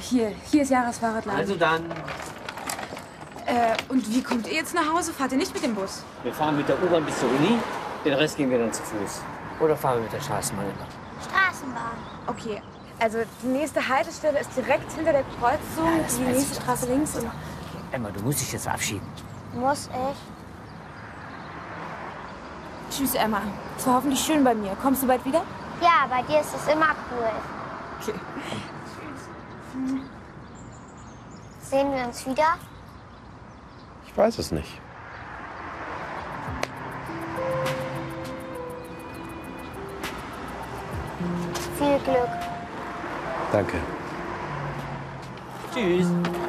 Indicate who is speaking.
Speaker 1: Hier, hier ist Jaras Fahrradladen.
Speaker 2: Also dann,
Speaker 1: Äh, und wie kommt ihr jetzt nach Hause? Fahrt ihr nicht mit dem Bus?
Speaker 2: wir fahren mit der U-Bahn bis zur Uni, den Rest gehen wir dann zu Fuß. Oder fahren wir mit der Straßenbahn immer.
Speaker 3: Straßenbahn.
Speaker 1: Okay. Also die nächste Haltestelle ist direkt hinter der Kreuzung,
Speaker 2: Ja, das
Speaker 1: die
Speaker 2: weiß
Speaker 1: nächste
Speaker 2: ich doch.
Speaker 1: Straße links. Und
Speaker 2: Emma, du musst dich jetzt verabschieden.
Speaker 3: Muss ich?
Speaker 1: Tschüss, Emma. Es war hoffentlich schön bei mir. Kommst du bald wieder?
Speaker 3: Ja, bei dir ist es immer cool.
Speaker 1: Okay.
Speaker 3: Sehen wir uns wieder?
Speaker 4: Ich weiß es nicht.
Speaker 3: Viel Glück.
Speaker 4: Danke.
Speaker 2: Tschüss.